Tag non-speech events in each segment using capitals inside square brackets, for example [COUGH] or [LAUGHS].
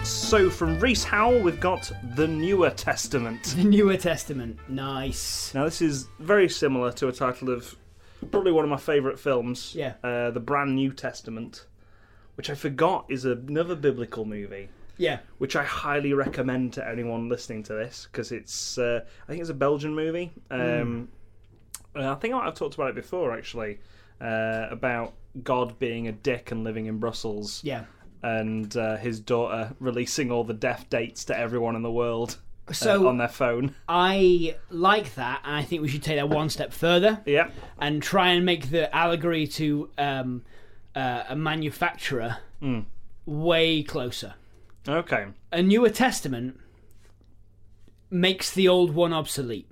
also from Reese Howell, we've got the Newer Testament. The Newer Testament. Nice. Now, this is very similar to a title of probably one of my favourite films. Yeah. Uh, the Brand New Testament, which I forgot is another biblical movie, Yeah. which I highly recommend to anyone listening to this because it's, uh, I think it's a Belgian movie. Um, uh, I think I might have talked about it before, actually, uh, about God being a dick and living in Brussels Yeah. and uh, his daughter releasing all the death dates to everyone in the world uh, So- on their phone. [LAUGHS] I like that, and I think we should take that one step further Yeah. and try and make the allegory to um, uh, a manufacturer way closer. Okay. A Newer Testament makes the old one obsolete.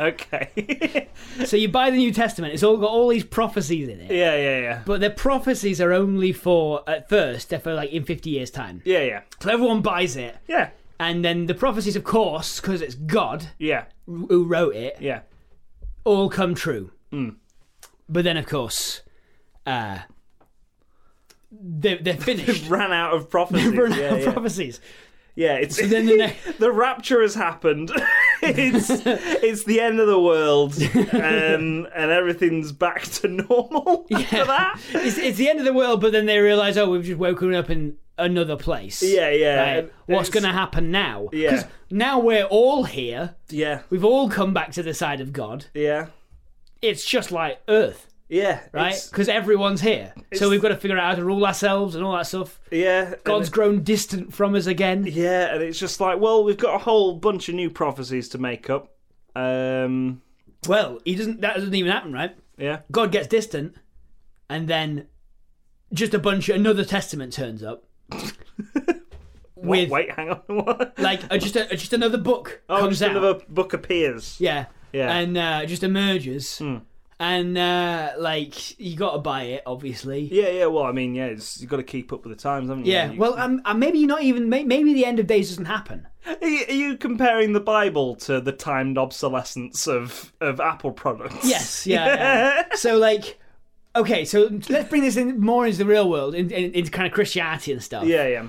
Okay. [LAUGHS] yeah, So you buy the New Testament, it's all got all these prophecies in it. yeah, yeah. But the prophecies are only for at first, they're for like in fifty years' time. Yeah, yeah. So everyone buys it, Yeah. and then the prophecies, of course, because it's God Yeah. who wrote it, Yeah. all come true. Hmm. But then, of course, uh, they're, they're finished. Ran out of prophecies. Run [LAUGHS] out yeah, of yeah. [LAUGHS] prophecies. yeah, it's then the ne- [LAUGHS] the rapture has happened. [LAUGHS] [LAUGHS] it's it's the end of the world, um, and everything's back to normal [LAUGHS] after that. [LAUGHS] It's, it's the end of the world, but then they realise, oh, we've just woken up in another place. Yeah, yeah. Right? What's It's- going to happen now? Yeah. 'Cause now we're all here. Yeah, We've all come back to the side of God. yeah, It's just like Earth, yeah. right? it's- Because everyone's here. So it's- we've got to figure out how to rule ourselves and all that stuff. Yeah, and God's grown distant from us again. Yeah, and it's just like, well, we've got a whole bunch of new prophecies to make up. Um, Well, he doesn't. That doesn't even happen, right? yeah, God gets distant, and then just a bunch of another testament [LAUGHS] turns up with What? wait, hang on, [LAUGHS] what? like uh, just a, just another book oh, comes just out. another book appears. Yeah, Yeah. Hmm. and uh, just emerges, and uh, like you got to buy it, obviously. yeah, yeah. Well, I mean, yeah, it's, you've got to keep up with the times, haven't you? Yeah, You- well, um, uh, maybe you're not even. may- Maybe the end of days doesn't happen. are you, are you comparing the Bible to the timed obsolescence of of Apple products? Yes, yeah. yeah. so like, okay, so let's bring this in more into the real world, in, in, into kind of Christianity and [LAUGHS] stuff. yeah, yeah,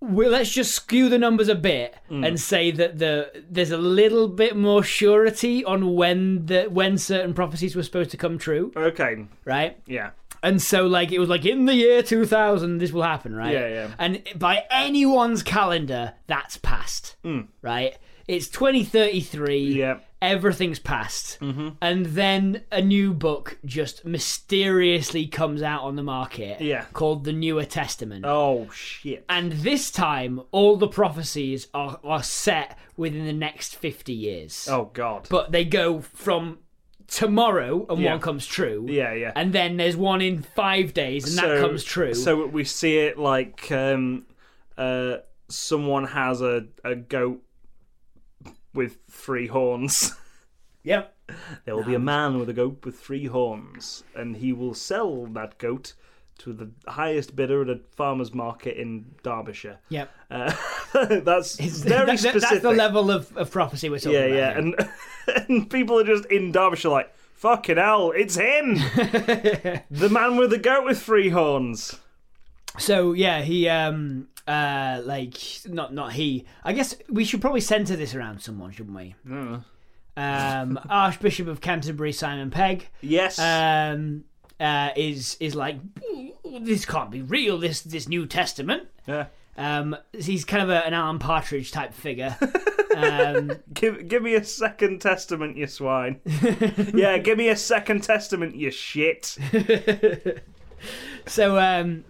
Well, let's just skew the numbers a bit Mm. and say that the there's a little bit more surety on when the when certain prophecies were supposed to come true, okay, right? yeah, And so like it was like in the year 2000 this will happen, right? Yeah, yeah. And by anyone's calendar that's past, right? It's 2033. Mm. Yeah. Everything's past. Mm-hmm. And then a new book just mysteriously comes out on the market Yeah. called the Newer Testament. oh shit, And this time, all the prophecies are, are set within the next 50 years. oh god, But they go from tomorrow, and Yeah. one comes true. yeah, yeah. And then there's one in five days, and that comes true. So we see it like um, uh, someone has a, a goat with three horns. [LAUGHS] yep. There will be a man with a goat with three horns, and he will sell that goat to the highest bidder at a farmer's market in Derbyshire. Yep. Uh, [LAUGHS] that's very That- that- specific. That's the level of, of prophecy we're talking yeah, about. yeah, here. and and [LAUGHS] people are just in Derbyshire like, fucking hell, it's [LAUGHS] him, the man with the goat with three horns. So yeah, he um uh like not not he. I guess we should probably centre this around someone, shouldn't we? Um, [LAUGHS] Archbishop of Canterbury, Simon Pegg. Yes. um, uh, is is like this can't be real. This this New Testament. yeah. Um, he's kind of a, an Alan Partridge type figure. Um, Give, give me a second testament, you swine. yeah, give me a second testament, you shit. so um,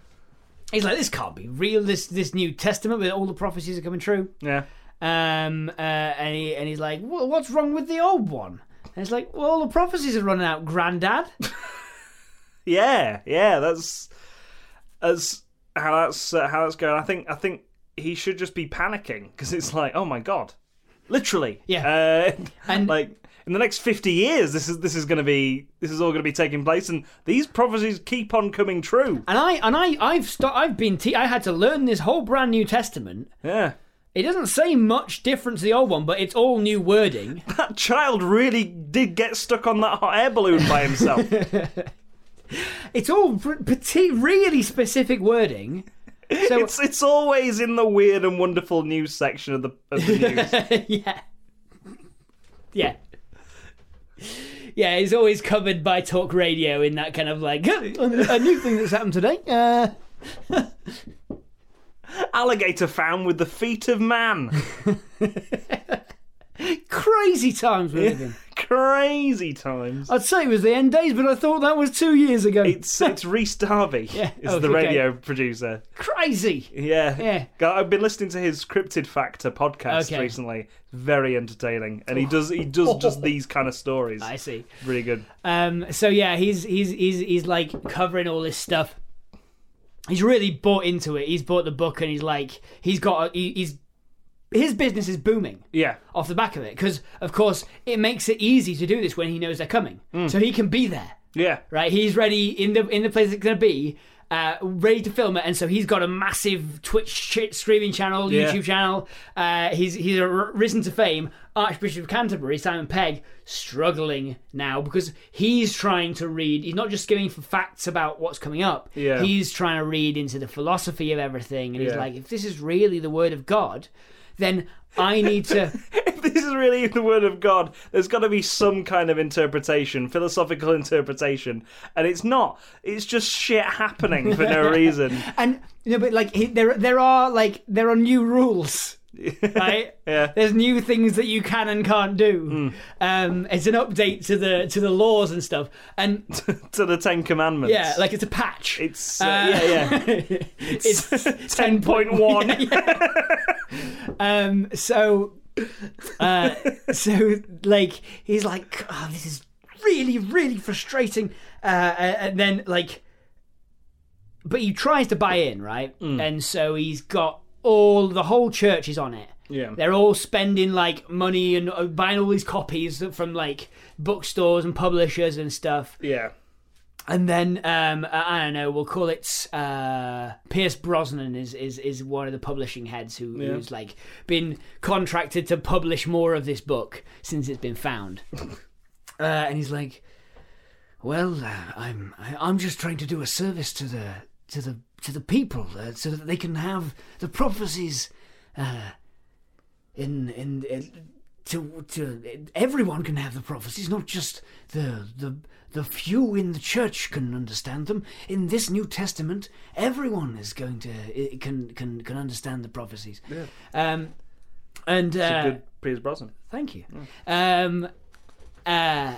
he's like, this can't be real. This this New Testament with all the prophecies are coming true. Yeah, Um, uh, and he and he's like, well, what's wrong with the old one? And it's like, well, all the prophecies are running out, Grandad. yeah, yeah. That's as how that's uh, how that's going. I think I think he should just be panicking because it's like, oh my god, literally. Yeah. Uh, [LAUGHS] And- like in the next fifty years, this is this is going to be this is all going to be taking place, and these prophecies keep on coming true. And I and I I've st- I've been te- I had to learn this whole brand new Testament. Yeah. It doesn't say much different to the old one, but it's all new wording. That child really did get stuck on that hot air balloon by himself. [LAUGHS] It's all r- pati- really specific wording, So It's it's always in the weird and wonderful news section of the of the [LAUGHS] news. yeah. Yeah. Yeah, it's always covered by talk radio in that kind of like a new thing that's happened today. Uh, Alligator found with the feet of [LAUGHS] man. crazy times we're living. Crazy times. I'd say it was the end days, but I thought that was two years ago. It's it's Reese Darby [LAUGHS] Yeah, is oh, the okay. radio producer. crazy. Yeah. Yeah. God, I've been listening to his Cryptid Factor podcast Okay. Oh. recently. Very entertaining. And he does he does [LAUGHS] just these kind of stories. I see. Really good. Um, so yeah, he's he's he's he's like covering all this stuff. He's really bought into it. He's bought the book, and he's like he's got he, he's his business is booming. Yeah. off the back of it because of course it makes it easy to do this when he knows they're coming Mm. so he can be there Yeah. right he's ready in the in the place it's going to be uh, ready to film it and so he's got a massive twitch ch- streaming channel Yeah. youtube channel uh, he's he's r- risen to fame archbishop of canterbury simon pegg struggling now because he's trying to read he's not just giving for facts about what's coming up Yeah. he's trying to read into the philosophy of everything and he's Yeah. like if this is really the word of god then i [LAUGHS] need to If this is really the word of God, there's got to be some kind of interpretation, philosophical interpretation, and it's not. It's just shit happening for [LAUGHS] no reason. [LAUGHS] And no, but like he, there, there are like there are new rules, right? Yeah. There's new things that you can and can't do. Um, it's an update to the to the laws and stuff. And to the Ten Commandments. yeah, like it's a patch. it's uh, yeah, [LAUGHS] yeah. it's [LAUGHS] Ten point one. um. So, uh, so like he's like, oh, this is really really frustrating. Uh, and then like, but he tries to buy in, right? Mm. And so he's got all the whole church is on it. Yeah. They're all spending like money and uh, buying all these copies from like bookstores and publishers and stuff. Yeah. And then um, I I don't know. We'll call it uh, Pierce Brosnan is, is is one of the publishing heads who, who's like been contracted to publish more of this book since it's been found. uh, and he's like, "Well, uh, I'm I, I'm just trying to do a service to the to the to the people uh, so that they can have the prophecies uh, in in." in to, to everyone can have the prophecies, not just the the the few in the church can understand them. In this New Testament, everyone is going to i- can can can understand the prophecies. Um, and uh, Good Piers Brosnan. thank you. Um, uh,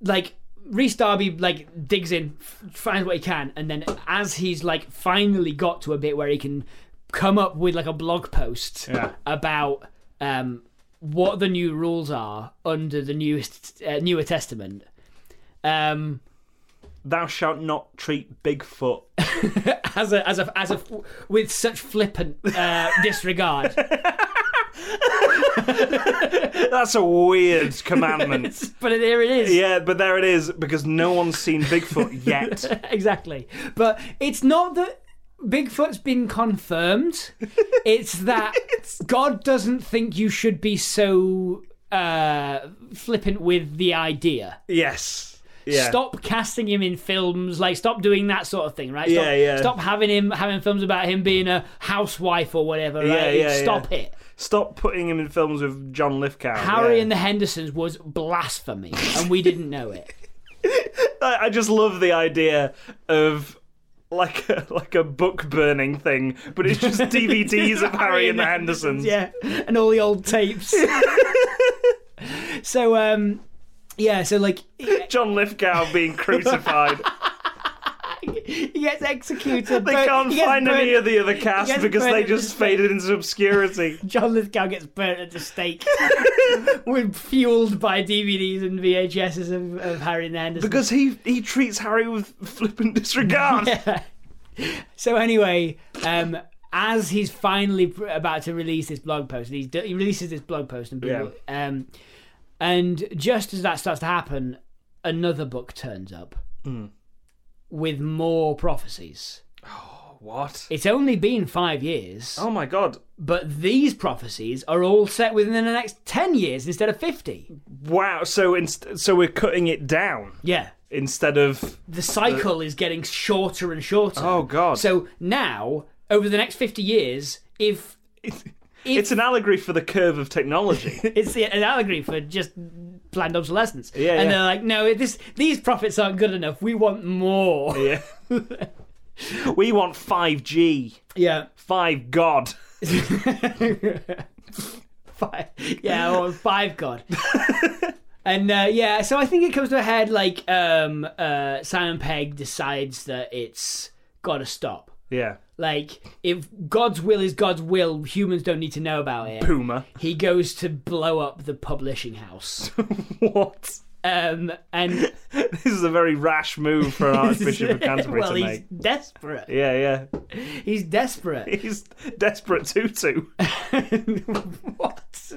like Reese Darby, like digs in, f- finds what he can, and then as he's like finally got to a bit where he can come up with like a blog post Yeah. about um, what the new rules are under the newest uh, newer testament. Um, Thou shalt not treat Bigfoot. as a as a as a with such flippant uh, disregard. That's a [LAUGHS] weird commandment. but there it is. Yeah, but there it is because no one's seen Bigfoot [LAUGHS] yet. exactly. But it's not that Bigfoot's [LAUGHS] been confirmed. It's that God doesn't think you should be so uh, flippant with the idea. yes. Yeah. Stop casting him in films, like stop doing that sort of thing, right? Stop, Yeah, yeah. Stop having him having films about him being a housewife or whatever. Right? Yeah, yeah, stop yeah. it. Stop putting him in films with John Lithgow. Harry yeah. and the Hendersons was blasphemy, and we didn't know it. I, I just love the idea of like [LAUGHS] a, like a book burning thing, but it's just [LAUGHS] DVDs of Harry and the Hendersons. Yeah, and all the [LAUGHS] old tapes. so, um, yeah, so like he John Lithgow [LAUGHS] being crucified. he gets executed. they can't find any of the other cast gets because they burnt at the just stake. faded into [LAUGHS] obscurity. John Lithgow gets burnt at [LAUGHS] the stake. [LAUGHS] We're fueled by DVDs and VHSs of, of Harry and the Hendersons. because he he treats Harry with flippant disregard. [LAUGHS] so anyway, um, as he's finally pr- about to release this blog post, and he's, do- he releases this blog post, and people, um, and just as that starts to happen, another book turns up Hmm. with more prophecies. What? It's only been five years, Oh my god. but these prophecies are all set within the next ten years instead of fifty. Wow. So inst- so we're cutting it down. Yeah. instead of The cycle is getting shorter and shorter. oh god. [LAUGHS] So now, over the next 50 years, if it's an allegory for the curve of [LAUGHS] technology. it's the- an allegory for just planned obsolescence. Yeah, and yeah. they're like, no, this these profits aren't good enough. We want more. yeah. [LAUGHS] we want 5G. Yeah. 5 god. [LAUGHS] five, yeah, or [LAUGHS] five god. and uh, yeah, so I think it comes to a head like um, uh, Simon Pegg decides that it's got to stop. Yeah. Like, if God's will is God's will, humans don't need to know about it. Puma. He goes to blow up the publishing house. [LAUGHS] what? Um, and This is a very rash move [LAUGHS] for an Archbishop of Canterbury well, to he's make. desperate. Yeah, yeah. [LAUGHS] He's desperate. [LAUGHS] He's desperate tutu. what?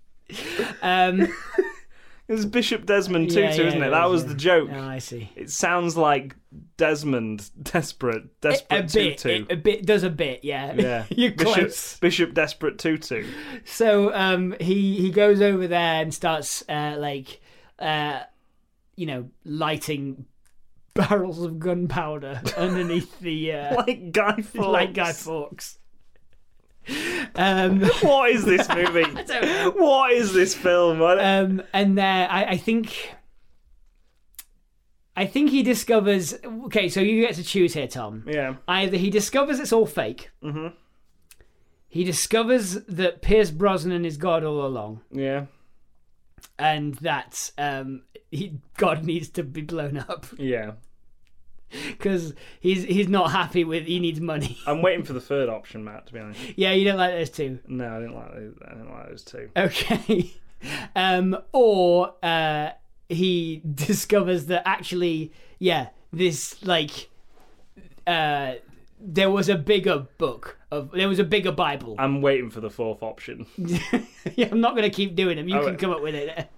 [LAUGHS] Um, It's Bishop Desmond tutu, Yeah, yeah, isn't it? it That is, was yeah. the joke. oh, I see. It sounds like Desmond, desperate, desperate a bit, tutu. it- a bit does a bit, yeah. yeah, [LAUGHS] You're Bishop, close. Bishop desperate [LAUGHS] tutu. So um, he he goes over there and starts uh, like, uh, you know, lighting [LAUGHS] barrels of gunpowder [LAUGHS] underneath [LAUGHS] the uh, Like Guy Fawkes. [LAUGHS] like guy forks. [LAUGHS] [LAUGHS] Um, What is this [LAUGHS] movie? don't know. What is this film? I don't- um, and there, I, I think. I think he discovers. Okay, so you get to choose here, Tom. yeah, Either he discovers it's all fake. Mm-hmm. He discovers that Pierce Brosnan is God all along, yeah, and that um, he, God needs to be blown up [LAUGHS] yeah. because he's he's not happy with. He needs money. [LAUGHS] I'm waiting for the third option, Matt. To be honest, yeah, you don't like those two. no, I didn't like those, I didn't like those two. Okay. [LAUGHS] Um, or uh, he [LAUGHS] discovers that actually, yeah, this like uh, there was a bigger book of there was a bigger Bible. I'm waiting for the fourth option. [LAUGHS] yeah, I'm not gonna keep doing them. You Oh, can wait. come up with it. [LAUGHS]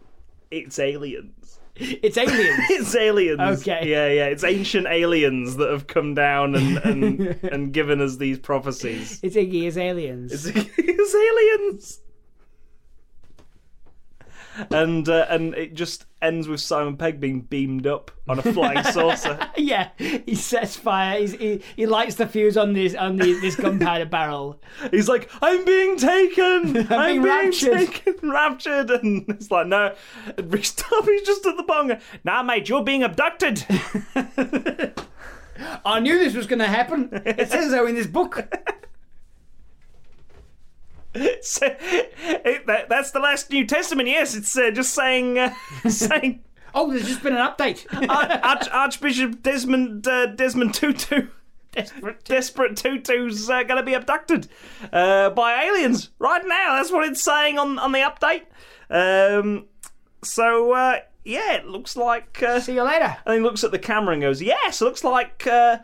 It's aliens. It's aliens. [LAUGHS] It's aliens. Okay. Yeah, yeah. It's ancient aliens that have come down and [LAUGHS] and, and given us these prophecies. it's Iggy. It's aliens. It's, it's aliens. And uh, and it just ends with Simon Pegg being beamed up on a flying [LAUGHS] saucer. [LAUGHS] yeah, he sets fire. He's, he he lights the fuse on this on the, this gunpowder [LAUGHS] barrel. He's like, "I'm being taken. [LAUGHS] I'm, being being, raptured." taken, [LAUGHS] raptured." And it's like, "No, And Rich Darby's just at the bong. Nah, mate, you're being [LAUGHS] abducted." I knew this was going to happen. It says so in this book. So, uh, it- that- that's the last New Testament. Yes, it's uh, just saying, [LAUGHS] uh, saying Oh, there's just been an update. Ar- Arch- Archbishop Desmond uh, Desmond Tutu. [LAUGHS] Desperate. Desperate Tutu's uh, going to be abducted uh, by aliens right now. That's what it's saying on, on the update. Um, so, uh, yeah, it looks like. Uh, [LAUGHS] See you later. and he looks at the camera and goes, Yes, looks like uh,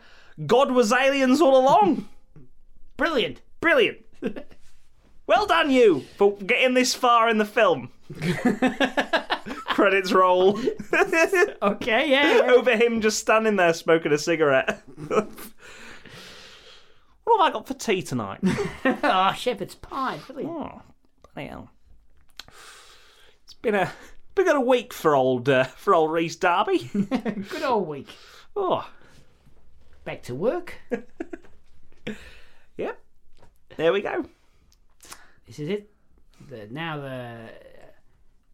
God was aliens all along. Brilliant. Brilliant. Well done, you, for getting this far in the film. Credits roll. Okay, yeah. yeah. Over him just standing there smoking a cigarette. what have I got for tea tonight? [LAUGHS] Oh, shepherd's pie. Brilliant. oh, bloody hell. It's been a been a week for old uh, for old Reese Darby. Good old week. oh, Back to work. yep. There we go. This is it. The, now the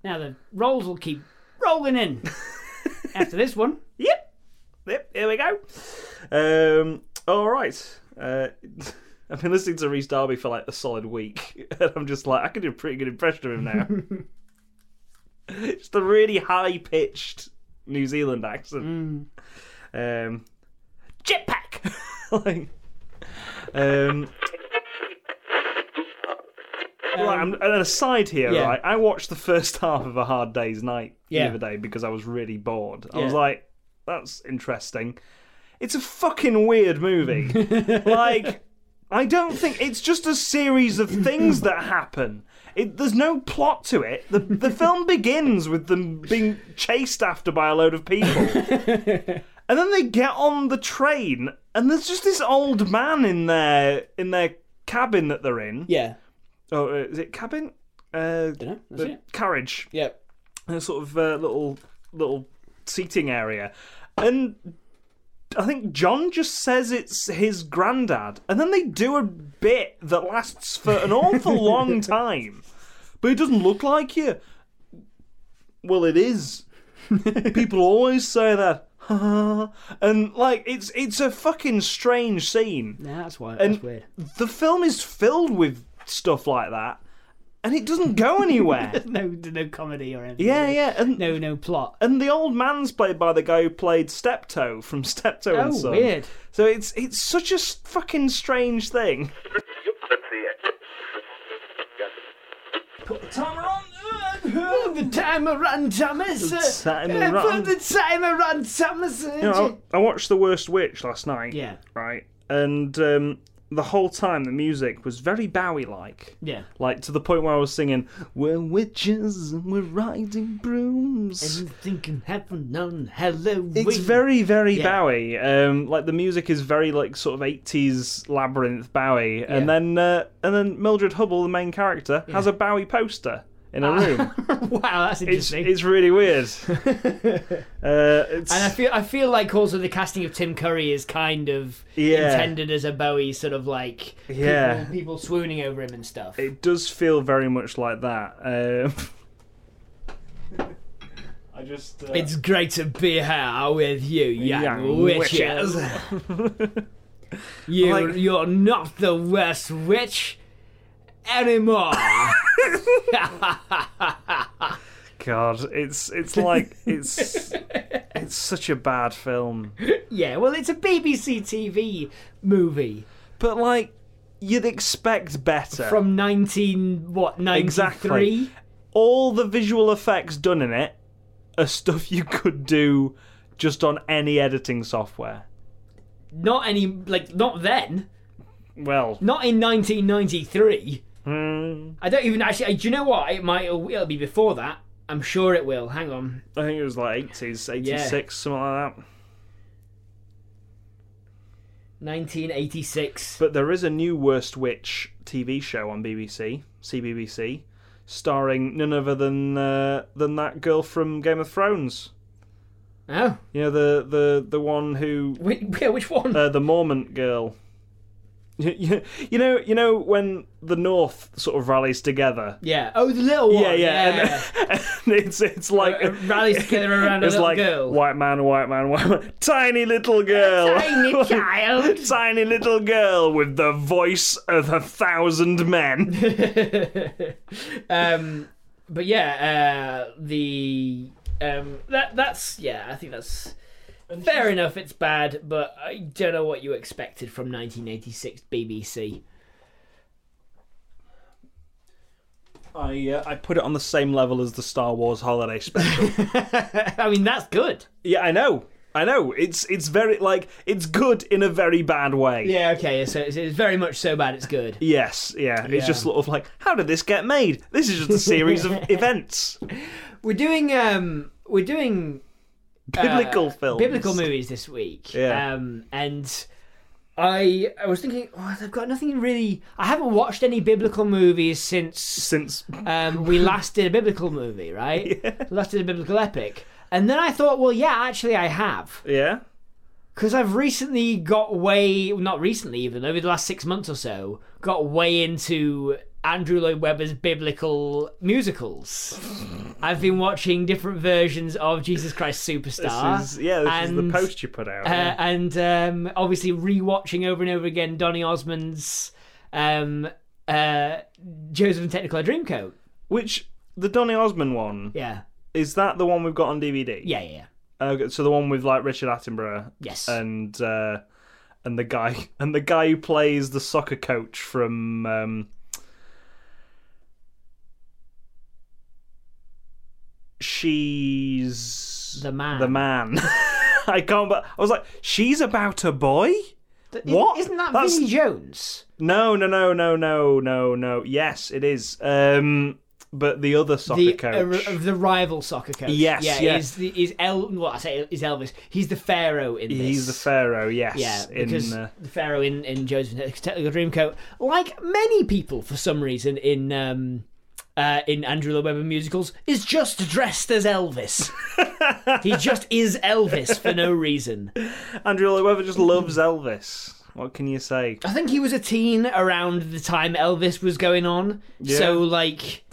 now the rolls will keep rolling [LAUGHS] in after this one. Yep. Yep, here we go. Um, all right. Uh, [LAUGHS] I've been listening to Reese Darby for like a solid week, [LAUGHS] and I'm just like, I can do a pretty good impression of him now. [LAUGHS] just a really high pitched New Zealand accent. Mm. Um, jetpack! [LAUGHS] like, um, right, I'm, and an aside here, Um, yeah. right? I watched the first [LAUGHS] half of A Hard Day's Night Yeah. the other day because I was really bored. I was Yeah. like, that's interesting. It's a fucking weird [LAUGHS] movie. like, I don't think it's just a series of things that happen. It, there's no plot to it. The, the film begins with them being chased after by a load of people. And then they get on the train, and there's just this old man in their in their cabin that they're in. Yeah. Oh, uh, is it cabin? Uh, Dunno. That's the carriage. Yep. A sort of uh, little little seating area, and I think John just says it's his granddad, and then they do a bit that lasts for an awful long time, but it doesn't look like you. Well, it is. People always say that. [LAUGHS] and like it's it's a fucking strange scene. Nah, that's why. And- that's weird. [LAUGHS] The film is filled with stuff like that, and it doesn't go [LAUGHS] anywhere. No, no comedy or anything. yeah, Uh, yeah, and No, no plot. and the old man's played by the guy who played Steptoe from [LAUGHS] Steptoe and Oh, Son. weird. So it's it's such a s- fucking strange thing. Put the timer on. The time I run, Thomas. The time I Uh, run. The time I run, Thomas. You know, I I watched The Worst Witch last night. yeah, Right, and um, the whole time the music was very Bowie-like. yeah. Like to the point where I was singing, "We're witches, and we're riding brooms." Anything can happen on Halloween. It's very, very Yeah. Bowie. Um, like the music is very like sort of eighties labyrinth Bowie, Yeah. and then uh, and then Mildred Hubble, the main character, has a Bowie poster in her Ah. room. [LAUGHS] wow, that's It's interesting. it's really [LAUGHS] weird. uh, it's, and I feel I feel like also the casting of Tim Curry is kind of Yeah. intended as a Bowie sort of like Yeah. people, people swooning over him and stuff. it does feel very much like that. Um, [LAUGHS] I just uh, It's great to be here with you, [LAUGHS] young, young witches. You, Like- you're not the worst witch [LAUGHS] anymore. [LAUGHS] God, it's it's like [LAUGHS] it's it's such a bad film. yeah, well, it's a BBC TV movie But like, you'd expect better from 19 what 93. Exactly. all the visual effects done in it are stuff you could do just on any editing software. Not any like not then. Well, Not in 1993. hmm, I don't even actually. Do you know what? It might. It'll be before that. I'm sure it will. Hang on. I think it was like 80s, 86, something like that. 1986. But there is a new Worst Witch TV show on BBC, CBBC, starring none other than uh, than that girl from Game of Thrones. Oh, You know the the the one who which, which one? uh, the Mormont girl. [LAUGHS] You- You you know you know when the North sort of rallies together yeah. Oh, the little one. Yeah, yeah. And, and it's it's [LAUGHS] like Uh, rallies together around [LAUGHS] a it's little like girl. white man, white man, white man, [LAUGHS] tiny little girl, [LAUGHS] Tiny child. Tiny little girl with the voice of a thousand [LAUGHS] men. [LAUGHS] um, but yeah, uh, the um, that that's yeah. I think that's fair enough. It's bad, but I don't know what you expected from 1986 BBC. I uh, I put it on the same level as the Star Wars Holiday Special. [LAUGHS] I mean, that's good. [LAUGHS] yeah, I know, I know. It's it's very like it's good in a very bad way. Yeah. Okay. So it's, it's very much so bad. It's good. Yes, yeah. Yeah. It's just sort of like, how did this get made? This is just a series of [LAUGHS] events. We're doing um, we're doing Biblical uh, films. biblical movies this week. Yeah. Um, and I I was thinking, oh, I've got nothing really. I haven't watched any biblical movies since Since [LAUGHS] um, we last did a biblical movie, right? Last did a biblical epic. And then I thought, well, yeah, actually, I have. yeah. Because I've recently got way, not recently even, over the last six months or so, got way into Andrew Lloyd Webber's biblical musicals. I've been watching different versions of Jesus Christ Superstar. This is, yeah, this is Ah, and, the post you put out. Uh, and um, obviously rewatching over and over again Donny Osmond's um, uh, Joseph and Technicolor Dreamcoat. Which the Donny Osmond one Yeah. is that the one we've got on DVD? Yeah, yeah, yeah. Okay, Uh, so the one with like Richard Attenborough Yes. and uh, and the guy [LAUGHS] and the guy who plays the soccer coach from um, she's The Man. The man. [LAUGHS] I can't. But I was like, she's about a boy. what? Isn't that That's- Vinnie Jones? No, no, no, no, no, no, no. Yes, it is. Um, but the other soccer The, coach. uh, of the rival soccer coach. Yes, yeah. yeah. Is the is El? Well, I say is Elvis. He's the Pharaoh in this. He's the pharaoh. Yes. Yeah, in, because uh, the Pharaoh in, in Joseph and Technical Dreamcoat, like many people for some reason in um, uh, in Andrew Lloyd Webber musicals is just dressed [LAUGHS] as Elvis. he just is Elvis for no reason. Andrew Lloyd Webber just loves Elvis. What can you say? I think he was a teen around the time Elvis was going on. So like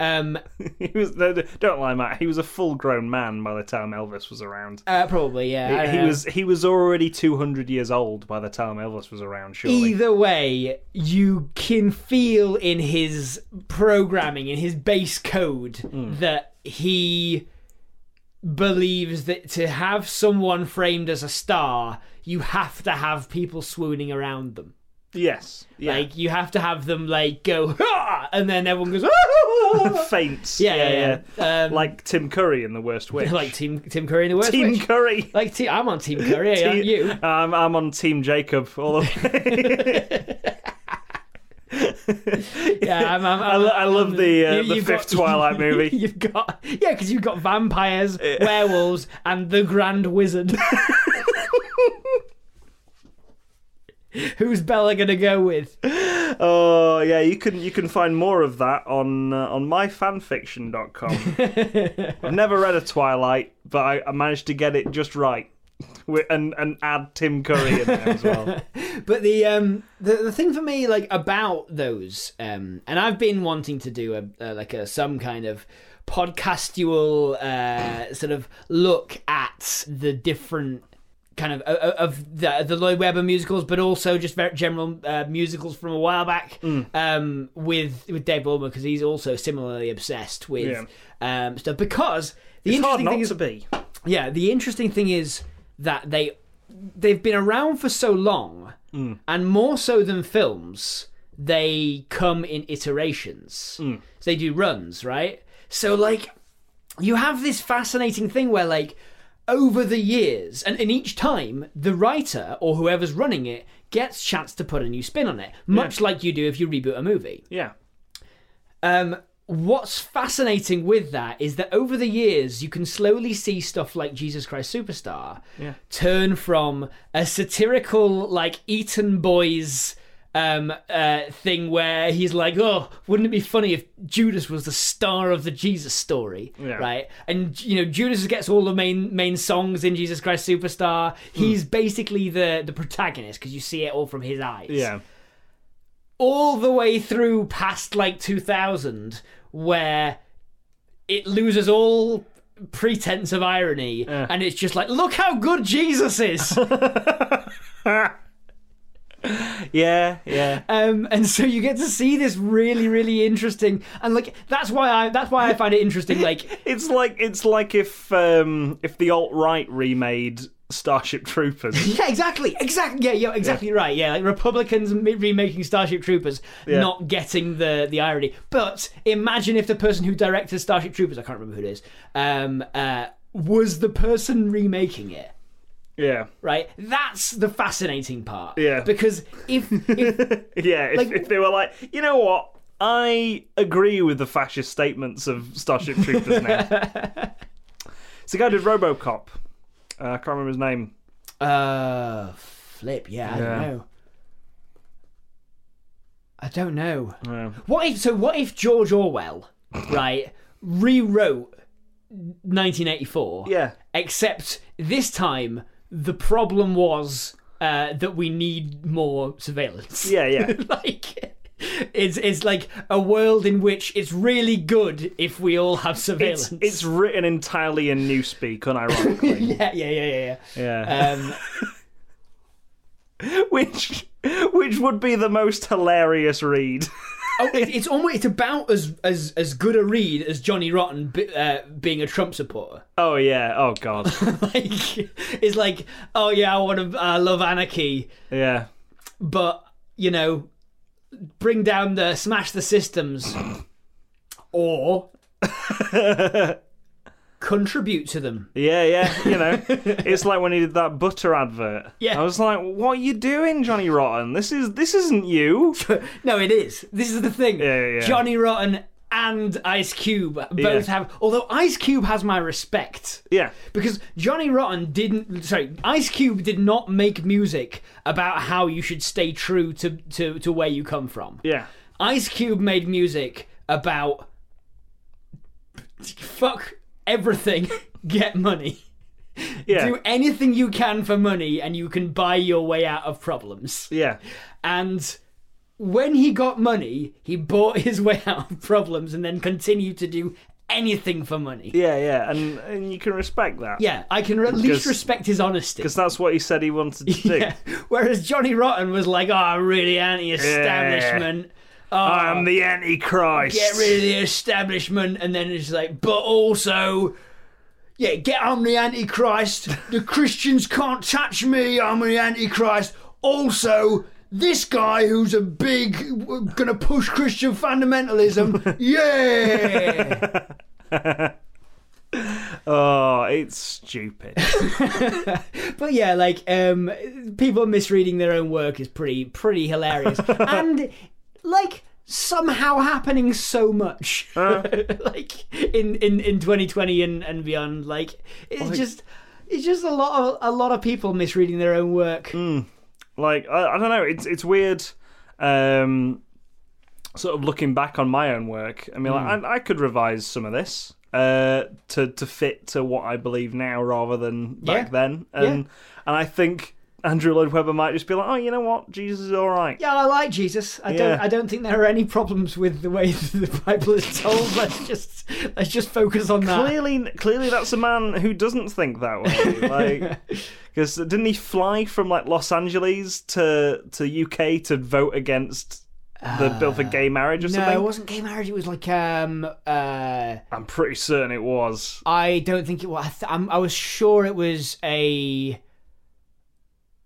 um [LAUGHS] He was no, no, don't lie, Matt. He was a full-grown man by the time Elvis was around. uh, probably yeah. I don't he know. was he was already 200 years old by the time Elvis was around. Surely, Either way, you can feel in his programming, in his base code, that he believes that to have someone framed as a star, you have to have people swooning around them. yes, yeah. Like you have to have them like go, "Ha!" and then everyone goes, [LAUGHS] "Ah!" faints. yeah, yeah, yeah. Um, Like Tim Curry in The Worst Witch. [LAUGHS] like Tim Tim Curry in the worst. Team [LAUGHS] Witch. Curry. Like te- I'm on Team Curry, Team- aren't you? I'm, I'm on Team Jacob all [LAUGHS] the way. Yeah, I'm. I'm, I'm I, lo- I love the uh, You- the you've fifth [LAUGHS] got- Twilight movie. You've got yeah, because you've got vampires, [LAUGHS] werewolves, and the Grand Wizard. [LAUGHS] Who's Bella gonna go with? Oh yeah, you can you can find more of that on uh, on myfanfiction.com. I've never read a Twilight, but I, I managed to get it just right, Wi- and and add Tim Curry in there as well. But the um the, the thing for me like about those um and I've been wanting to do a, a like a some kind of podcastual uh sort of look at the different kind of o- o- of the, the Lloyd Webber musicals, but also just very general uh, musicals from a while back Hmm. um, with with Dave Bulmer because he's also similarly obsessed with um, stuff because the It's hard interesting not thing is to be. yeah, the interesting thing is that they they've been around for so long, and more so than films, they come in iterations. So they do runs, right? So like you have this fascinating thing where like over the years and in each time the writer or whoever's running it gets chance to put a new spin on it much like you do if you reboot a movie Yeah, um, what's fascinating with that is that over the years, you can slowly see stuff like Jesus Christ Superstar Yeah. turn from a satirical, like, Eton Boys. Um, uh, thing where he's like, oh, wouldn't it be funny if Judas was the star of the Jesus story, Yeah. right? And you know, Judas gets all the main main songs in Jesus Christ Hmm. Superstar. He's basically the the protagonist because you see it all from his eyes yeah. all the way through past like 2000 where it loses all pretense of irony and it's just like look how good jesus is Yeah, yeah. um, and so you get to see this really really interesting and like that's why i that's why i find it interesting like It's like it's like if um, if the alt right remade Starship [LAUGHS] Troopers. yeah exactly exactly yeah you're exactly right yeah like republicans m- remaking starship troopers not getting the the irony but imagine if the person who directed starship troopers i can't remember who it is um, uh, was the person remaking it yeah, right? That's the fascinating part. Yeah. Because [LAUGHS] if, if yeah. If, if they were like, you know what, I agree with the fascist statements of Starship Troopers [LAUGHS] now. it's the guy who did RoboCop. Uh, I can't remember his name. uh, flip, yeah, I Yeah. don't know. I don't know. Uh, What if? So what if George Orwell, right, rewrote 1984? yeah, Except this time the problem was uh, that we need more surveillance. yeah, [LAUGHS] yeah. [LAUGHS] like. It's, it's like a world in which it's really good if we all have surveillance. It's, [LAUGHS] it's written entirely in Newspeak, unironically. yeah, yeah, yeah, yeah, [LAUGHS] Yeah, yeah. Um, [LAUGHS] which which would be the most hilarious read. oh, it, it's almost it's about as as as good a read as Johnny Rotten be, uh, being a Trump supporter. [LAUGHS] oh yeah. Oh god. like, it's like, oh yeah, I want to uh, love anarchy, [LAUGHS] Yeah. but you know, bring down the smash the [COUGHS] systems, or [LAUGHS] contribute to them. Yeah, yeah, you know, it's like when he did that butter advert. Yeah. I was like, "What are you doing, Johnny Rotten? This is this isn't you." no, it is. This is the thing. Yeah, yeah. Johnny Rotten and Ice Cube both Yeah. have. Although Ice Cube has my respect. Yeah, Because Johnny Rotten didn't, sorry, Ice Cube did not make music about how you should stay true to, to, to where you come from. yeah, Ice Cube made music about fuck everything, [LAUGHS] get money. Yeah. Do anything you can for money and you can buy your way out of problems. yeah. And when he got money, he bought [LAUGHS] his way out of problems and then continued to do anything for money. Yeah, yeah. And and you can respect that. Yeah, I can at least Because- respect his honesty. Because that's what he said he wanted to do. [LAUGHS] Yeah. Whereas Johnny Rotten was like, oh, I'm really anti establishment. I'm the Antichrist. get rid of the establishment, and then it's like, but also, yeah, get I'm the Antichrist. The Christians can't touch me. I'm the Antichrist. Also, this guy who's a big gonna push Christian fundamentalism. Yeah, Oh, it's [LAUGHS] stupid. but yeah, like um, people misreading their own work is pretty pretty [LAUGHS] hilarious, and like somehow happening so much [LAUGHS] like in, in in 2020 and and beyond like it's just it's just a lot of a lot of people misreading their own work like I, I don't know it's it's weird um sort of looking back on my own work i mean Hmm. like, I, I could revise some of this uh to to fit to what i believe now rather than back Yeah. then and and i think andrew lloyd webber might just be like oh you know what jesus is all right yeah i like jesus i Yeah. don't i don't think there are any problems with the way [LAUGHS] the bible is told let's just let's just focus on that Clearly, clearly, that's a man who doesn't think that way. [LAUGHS] Like, because didn't he fly from like Los Angeles to to UK to vote against the bill for gay marriage or Uh, no something? it wasn't gay marriage it was like um uh I'm pretty certain it was. I don't think it was. I, th- I'm, I was sure it was a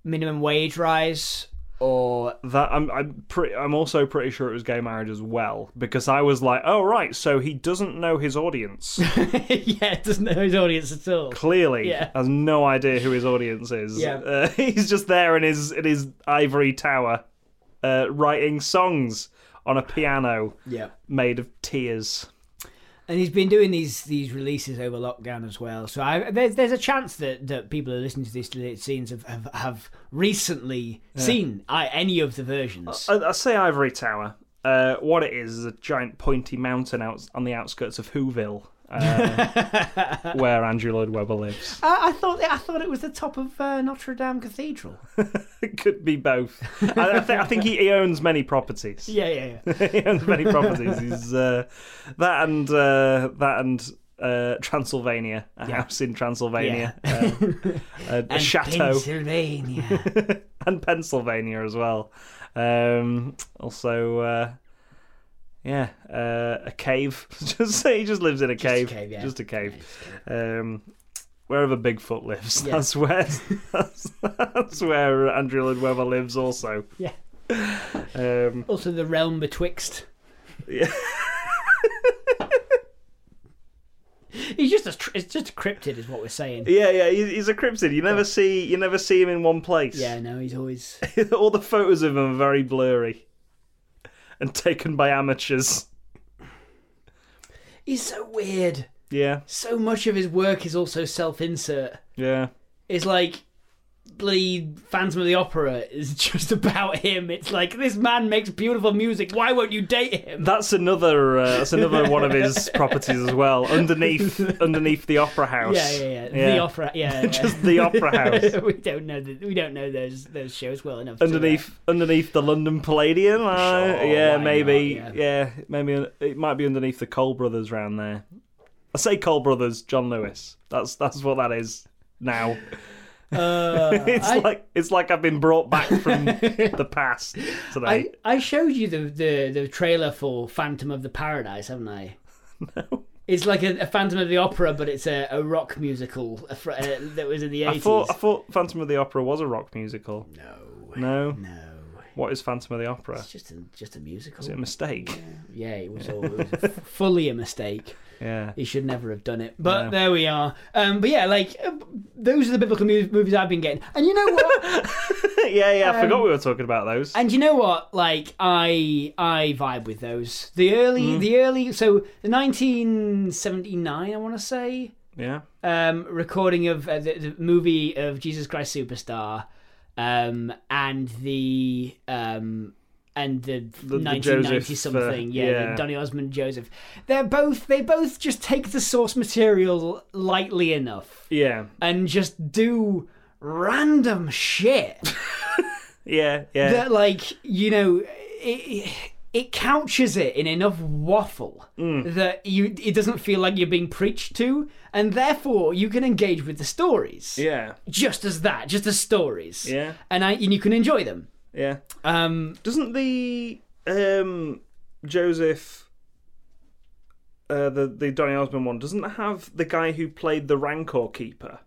minimum wage rise or That I'm I'm pretty I'm also pretty sure it was gay marriage as well because I was like, oh right, so he doesn't know his [LAUGHS] audience. [LAUGHS] yeah, it doesn't know his audience at all. Clearly, Yeah. has no idea who his audience is. Yeah. Uh, [LAUGHS] he's just there in his in his ivory tower, uh, writing songs on a piano Yeah, made of tears. and he's been doing these these releases over lockdown as well. So I, there's there's a chance that, that people who listen to these deleted scenes have have, have recently seen I, any of the versions. I, I say ivory tower. Uh, what it is is a giant pointy mountain out on the outskirts of Whoville, uh, [LAUGHS] where Andrew Lloyd Webber lives. I, I thought I thought it was the top of uh, Notre Dame Cathedral. It could be both. I, I, thi- I think he, he owns many properties. yeah, yeah, [LAUGHS] yeah. he owns many properties. He's uh, that and uh, that and uh, Transylvania, a house in Transylvania, um, a, a [LAUGHS] And chateau, Pennsylvania. [LAUGHS] and Pennsylvania as well. Um, also, uh, yeah, uh, a cave. [LAUGHS] just he just lives in a cave. cave, yeah. Just a cave. Um, wherever Bigfoot lives, [LAUGHS] Yeah. that's where that's, that's where Andrew Lloyd Webber lives. Also, Yeah. Um, also, the realm betwixt. Yeah. [LAUGHS] He's just a, it's just a cryptid, is what we're saying. Yeah, yeah, he's, he's a cryptid. You never see you never see him in one place. Yeah, no, he's always. [LAUGHS] All the photos of him are very blurry and taken by amateurs. He's so weird. Yeah, So much of his work is also self-insert. yeah, It's like bloody Phantom of the Opera is [LAUGHS] just about him. It's like this man makes beautiful music. Why won't you date him? that's another uh, that's [LAUGHS] another one of his properties as well. Underneath underneath the opera house. Yeah, yeah, yeah. The opera, yeah, yeah. [LAUGHS] Just the [LAUGHS] opera house. we don't know the, we don't know those those shows well enough. to, uh, Underneath, underneath the London Palladium, uh, Sure, yeah, why maybe, not, yeah. maybe un- it might be underneath the Cole brothers round there. I say Cole brothers, John Lewis. That's that's what that is [LAUGHS] now. uh, [LAUGHS] It's I- like it's like I've been brought back from [LAUGHS] the past today. I, I showed you the, the, the trailer for Phantom of the Paradise, haven't I? [LAUGHS] No. It's like a, a Phantom of the Opera, but it's a, a rock musical uh, fr- uh, that was in the I eighties. thought I thought Phantom of the Opera was a rock musical. No, No, no, what is Phantom of the Opera? it's just a, just a musical. Is it a mistake? Yeah, it was, all, it was fully a mistake. Yeah, He should never have done it. But No. there we are. Um, but yeah, like uh, those are the biblical mu- movies I've been getting. And you know what? [LAUGHS] yeah, yeah. I Um, forgot we were talking about those. and you know what? Like I I vibe with those. The early Mm. the early so the nineteen seventy nine. I want to say. yeah, um, recording of uh, the, the movie of Jesus Christ Superstar, um, and the um, and the, The- the 1990 Joseph, something uh, yeah, yeah. The donny osmond joseph they're both they both just take the source material lightly enough Yeah, and just do random shit yeah, yeah. that like you know it, it couches it in enough waffle Mm. that you it doesn't feel like you're being preached to and therefore you can engage with the stories yeah, just as that just as stories yeah, and I and you can enjoy them yeah. [LAUGHS] um Doesn't the um Joseph uh, the the Donny Osmond one doesn't it have the guy who played the Rancor keeper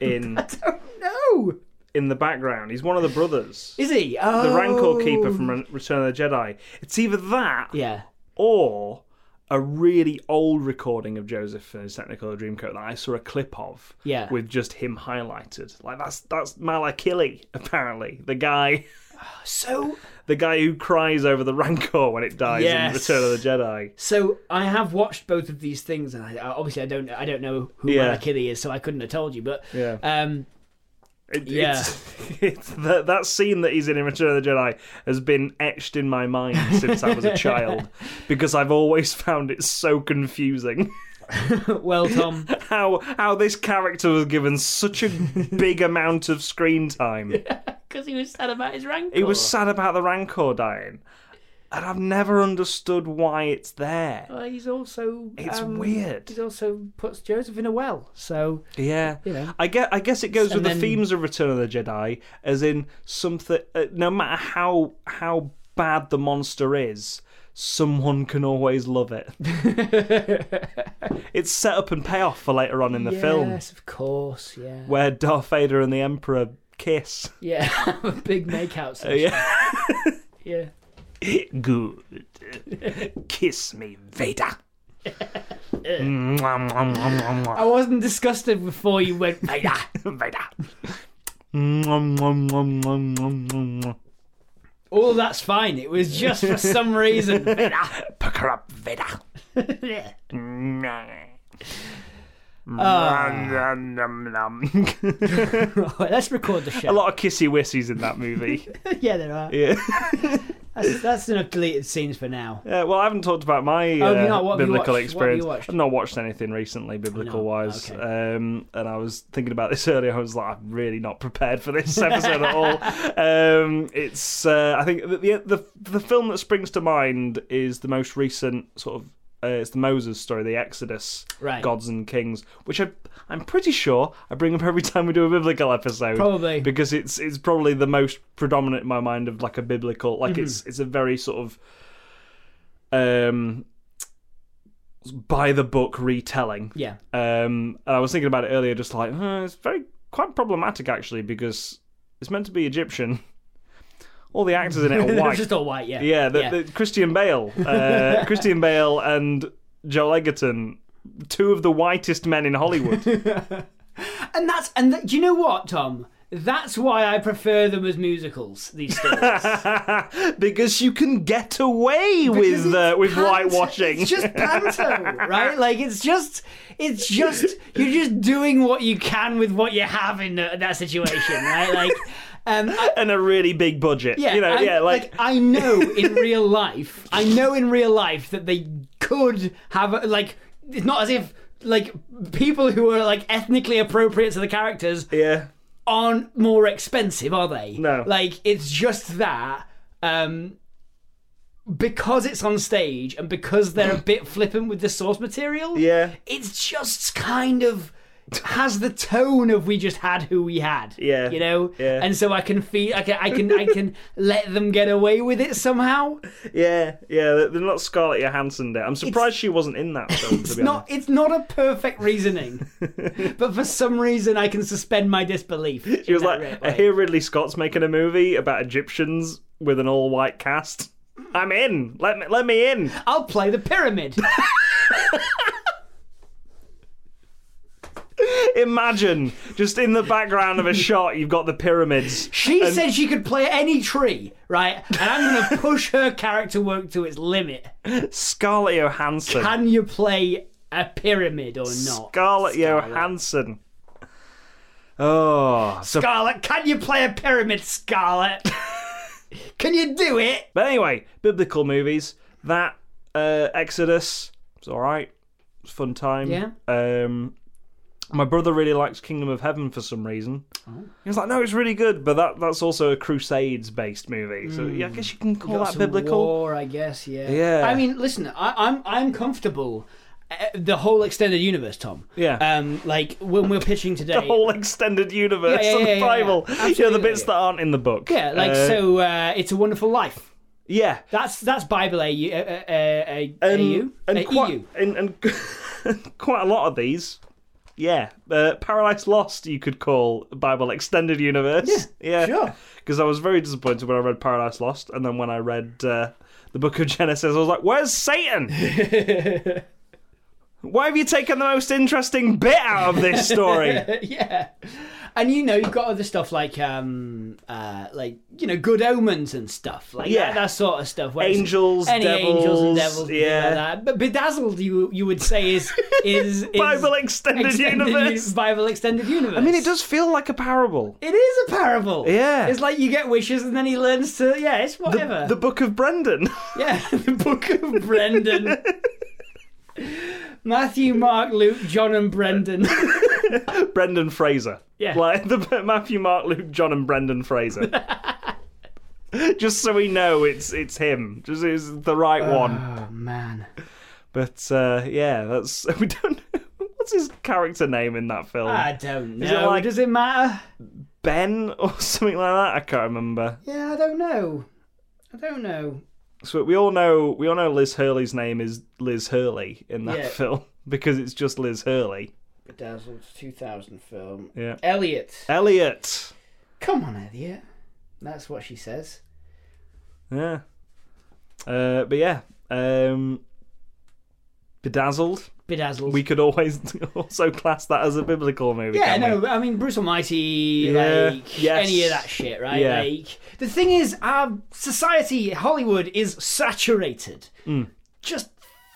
in [LAUGHS] oh no in the background? He's one of the brothers. is he oh the Rancor keeper from Re- Return of the Jedi. It's either that yeah or a really old recording of Joseph and his Technicolor Dreamcoat that I saw a clip of. Yeah. With just him highlighted. Like that's that's Malakili, apparently. The guy so the guy who cries over the Rancor when it dies Yes. in Return of the Jedi. so I have watched both of these things, and I, I- obviously I don't I don't know who Yeah. Malakili is, so I couldn't have told you. But Yeah. um, [LAUGHS] It- Yeah. It's, [LAUGHS] it's that, that scene that he's in in Return of the Jedi has been etched in my mind since I was a [LAUGHS] child because I've always found it so confusing. [LAUGHS] well, [LAUGHS] Tom, how how this character was given such [LAUGHS] a big amount of screen time. because he was sad about his rank. He was sad about the Rancor dying, and I've never understood why it's there. Well, he's also It's um, weird. He also puts Joseph in a well. [LAUGHS] So Yeah, know. I guess I guess it goes And with then- the themes of Return of the Jedi, as in something. Uh, no matter how how bad the monster is, someone can always love [LAUGHS] it. it's set up and payoff for later on in the yes, film, of course, yeah, where Darth Vader and the Emperor kiss. [LAUGHS] yeah, a big makeout session. yeah. yeah. [LAUGHS] Good. Kiss me, [LAUGHS] Vader. Mm, Mwah, mwah, mwah, mwah, mwah. I wasn't disgusted before you went. ah, yeah. [LAUGHS] Vader. Mwah, mwah, mwah, mwah, mwah, mwah, mwah. All that's fine. It was just for [LAUGHS] some reason. [LAUGHS] Pick her up, Vader. yeah. Mwah. Uh, Nom, nom, nom. let's record the [LAUGHS] show. A lot of kissy wissies in that movie. [LAUGHS] yeah, there [LAUGHS] are. yeah. That's, that's enough deleted scenes for now. Uh, well, I haven't talked about my Oh, have you uh, not? What have you watched? biblical What have you experience. watched? I've not watched anything recently, biblical wise. okay. Um, and I was thinking about this [LAUGHS] earlier. I was like, I'm really not prepared for this episode at all. Um, it's, uh, I think, the, the the film that springs to mind is the most recent sort of. Uh, it's the Moses story, the Exodus, Right. gods and kings, which I, I'm pretty sure I bring up every [LAUGHS] time we do a biblical episode Probably. because it's it's probably the most predominant in my mind of like a biblical like Mm-hmm. it's it's a very sort of um by the book retelling [LAUGHS] Yeah. um and i was thinking about it earlier just like "Huh, it's very quite problematic actually because it's meant to be egyptian all the actors in it [LAUGHS] are white just all white, yeah. yeah, the, the Christian Bale, [LAUGHS] uh, Christian Bale, and Joel Egerton, two of the whitest men in [LAUGHS] Hollywood. [LAUGHS] and that's and th- do you know what, Tom? That's why I prefer them as musicals. These stories. [LAUGHS] because you can get away Because with uh, it's with pant- whitewashing. It's just panto, right? Like it's just, it's just you're just doing what you can with what you have in the, that situation, [LAUGHS] right? Like, um, I, [LAUGHS] and a really big budget. yeah, you know, I, yeah, like, I know in real life, I know in real life that they could have a- like it's not as if like people who are like ethnically appropriate to the characters yeah, aren't more expensive, are they? No. Like it's just that um because it's on stage and [CLEARS THROAT] because they're a bit flippant with the source material, Yeah. it's just kind of has the tone of we just had who we had. Yeah. You know? Yeah. And so I can feel I can I can [LAUGHS] I can let them get away with it somehow. yeah, yeah. They're they're not Scarlett Johansson. There, I'm surprised she wasn't in that film. to It's be not it's not a [LAUGHS] perfect reasoning. but for some reason I can suspend my disbelief. honest. she was like, I hear Ridley Scott's making a movie about Egyptians with an all-white cast. I'm in. Let me let me in. I'll play the pyramid. Imagine just in the background of a shot, you've got the pyramids. She said she could play any tree, right? And [LAUGHS] I'm going to push her character work to its limit. Scarlett Johansson. Can you play a pyramid or not? Scarlett Johansson. Oh, so [LAUGHS] Scarlet, can you play a pyramid, Scarlet? Can you do it? But anyway, biblical movies. That uh, Exodus. It's all right. It's a fun time. Yeah. Um, my brother really likes Kingdom of Heaven for some reason. Oh. He was like, "No, it's really good," but that that's also a Crusades-based movie. So yeah, I guess you can call Hmm. Got that some biblical. War, I guess. Yeah. Yeah. I mean, listen, I, I'm I'm comfortable. uh, The whole extended universe, Tom. Yeah. Um, like when we're pitching today. [LAUGHS] the whole extended universe Yeah, yeah, of yeah, the yeah, Bible. yeah. You know, the Absolutely. bits that aren't in the book. yeah. Like Uh, so, uh, it's a wonderful life. Yeah. That's that's Bible AU. Uh, uh, uh, And, AU. and Uh, quite, EU. And, and [LAUGHS] quite a lot of these. Yeah. Uh, Paradise Lost, you could call Bible Extended Universe. [LAUGHS] Yeah. sure. Because I was very disappointed when I read Paradise Lost, and then when I read uh, the book of Genesis, I was like, where's [LAUGHS] Satan? Why have you taken the most interesting bit out of this story? [LAUGHS] [LAUGHS] yeah. And you know, you've got other stuff like, um, uh, like you know, good omens and stuff, like Yeah. that, that sort of stuff. where it's- Angels, any angels and devils, devils, and yeah. yeah. Like that. But bedazzled, you you would [LAUGHS] say is is, is Bible Extended, extended uni- Universe. Bible extended universe. I mean, it does feel like a parable. It is a parable. Yeah. It's like you get wishes and then he learns to. Yeah, it's whatever. The Book of Brendan. [LAUGHS] yeah, [LAUGHS] the book of Brendan. Matthew, Mark, Luke, John, [LAUGHS] and Brendan. Brendan Fraser. Yeah. Like the [LAUGHS] Matthew, Mark, Luke, John, and Brendan [LAUGHS] Fraser. Just so we know it's it's him. Just it's the right one. Oh man. But uh, yeah, that's [LAUGHS] we don't. What's his character name in that film? I don't know. Is it like- Does it matter? ben or [LAUGHS] something like that. I can't remember. Yeah, I don't know. I don't know. So we all know we all know Liz Hurley's name is Liz Hurley in that Yeah. film [LAUGHS] because it's just Liz Hurley. Bedazzled 2000 film. Yeah. Elliot. Elliot. Come on, Elliot. That's what she says. Yeah. Uh, but yeah. Um, bedazzled. Bedazzled. We could always [LAUGHS] also class that as a biblical movie. yeah, can no, We? I mean, Bruce Almighty, Yeah, like, yes. any of that shit, right? Yeah. Like, the thing is, our society, Hollywood, is saturated. Mm. Just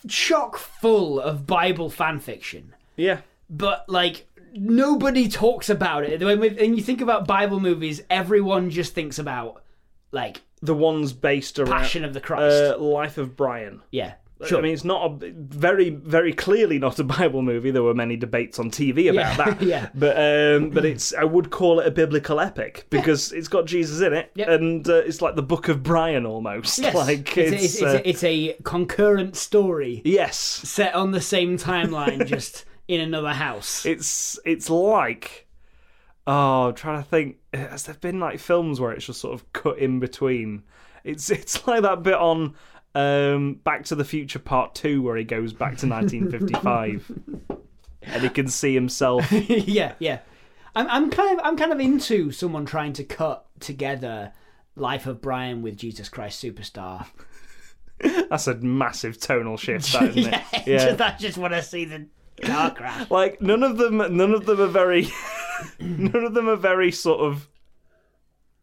chock full of Bible fan fiction. Yeah. but like nobody talks about it. When we- and you think about Bible movies, everyone just thinks about like The ones based around Passion of the Christ. uh, Life of Brian. [LAUGHS] yeah, sure. I mean, it's not a very, very clearly not a [LAUGHS] Bible movie. There were many debates on TV about Yeah, that. [LAUGHS] yeah. But um, but it's I would call it a biblical epic because it's got Jesus in it, Yep. and uh, it's like the Book of Brian almost. [LAUGHS] yes, Like it's, it's, a- it's, it's, uh, a, it's a concurrent story yes, set on the same [LAUGHS] timeline, just in another house. [LAUGHS] it's it's like oh i'm trying to think has there been like films where it's just sort of cut in between it's [LAUGHS] it's like that bit on um back to the future part two where he goes back to 1955 and he can see himself yeah, yeah. I'm, I'm kind of I'm kind of into someone trying to cut together Life of Brian with Jesus Christ Superstar. that's a massive tonal shift that, isn't [LAUGHS] yeah, it [LAUGHS] yeah that's just what I see the car [LAUGHS] crash. like none of them none of them are very [LAUGHS] none of them are very sort of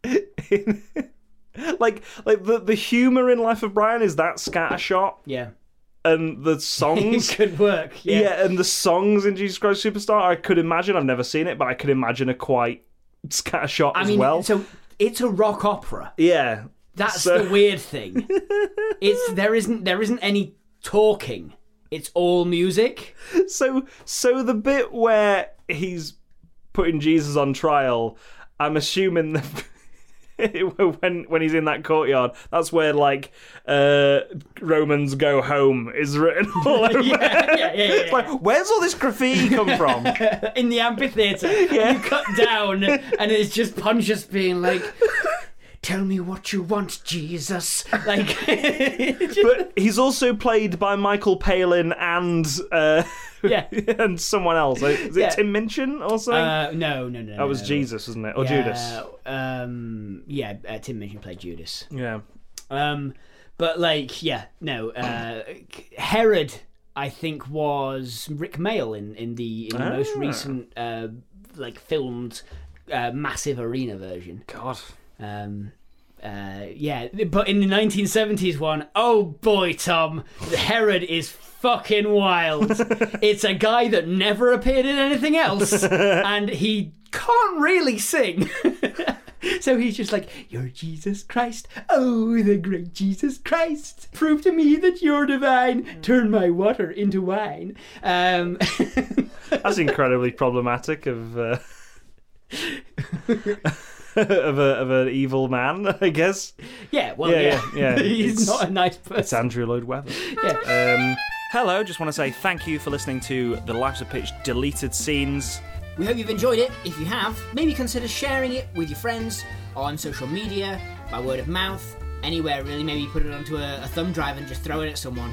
[LAUGHS] like like the the humor in life of brian is that scattershot Yeah, and the [LAUGHS] it songs. could work. yeah. and the songs in Jesus Christ Superstar, I could imagine. I've never seen it, but I could imagine a quite scattershot I as mean, well. so it's a rock opera. yeah, That's So- [LAUGHS] the weird thing. it's there isn't there isn't any talking. It's all music. so so the bit where he's putting Jesus on trial, I'm assuming the, [LAUGHS] when when he's in that courtyard, that's where like uh, Romans go home is written [LAUGHS] all over. yeah, yeah, yeah, [LAUGHS] It's like, where's all this graffiti come [LAUGHS] from? In the amphitheater, you cut down, and it's just Pontius being like, "Tell me what you want, Jesus." Like, [LAUGHS] but he's also played by Michael Palin and uh, Yeah. [LAUGHS] and someone else. Is it Yeah. Tim Minchin or something? uh, no, no, no. Uh, that was Jesus, wasn't it? Or Judas? Um, yeah, uh, Tim Minchin played Judas. Yeah. Um, but like, yeah, no. Uh, Herod, I think, was Rick Mail in in the in the most Ah. recent uh, like filmed uh, massive arena version. God. Um, uh, yeah, but in the 1970s one, oh boy, Tom, Herod is [LAUGHS] fucking wild. it's a guy that [LAUGHS] never appeared in anything else, and he can't really sing. [LAUGHS] so he's just like, You're Jesus Christ. Oh, the great Jesus Christ. Prove to me that you're Mm. divine. Turn my water into wine. Um, [LAUGHS] That's incredibly problematic of. Uh... [LAUGHS] of a of an evil man, I guess. yeah, well, Yeah, yeah. yeah, [LAUGHS] yeah. he's It's- not a nice It's person. Andrew Lloyd Webber. Yeah. Um, hello, just want to say thank you for listening to the Lives of Pitch deleted scenes. We hope you've enjoyed it. If you have, maybe consider sharing it with your friends on social media, by word of mouth, anywhere really. Maybe put it onto a, a thumb drive and just throw it at someone.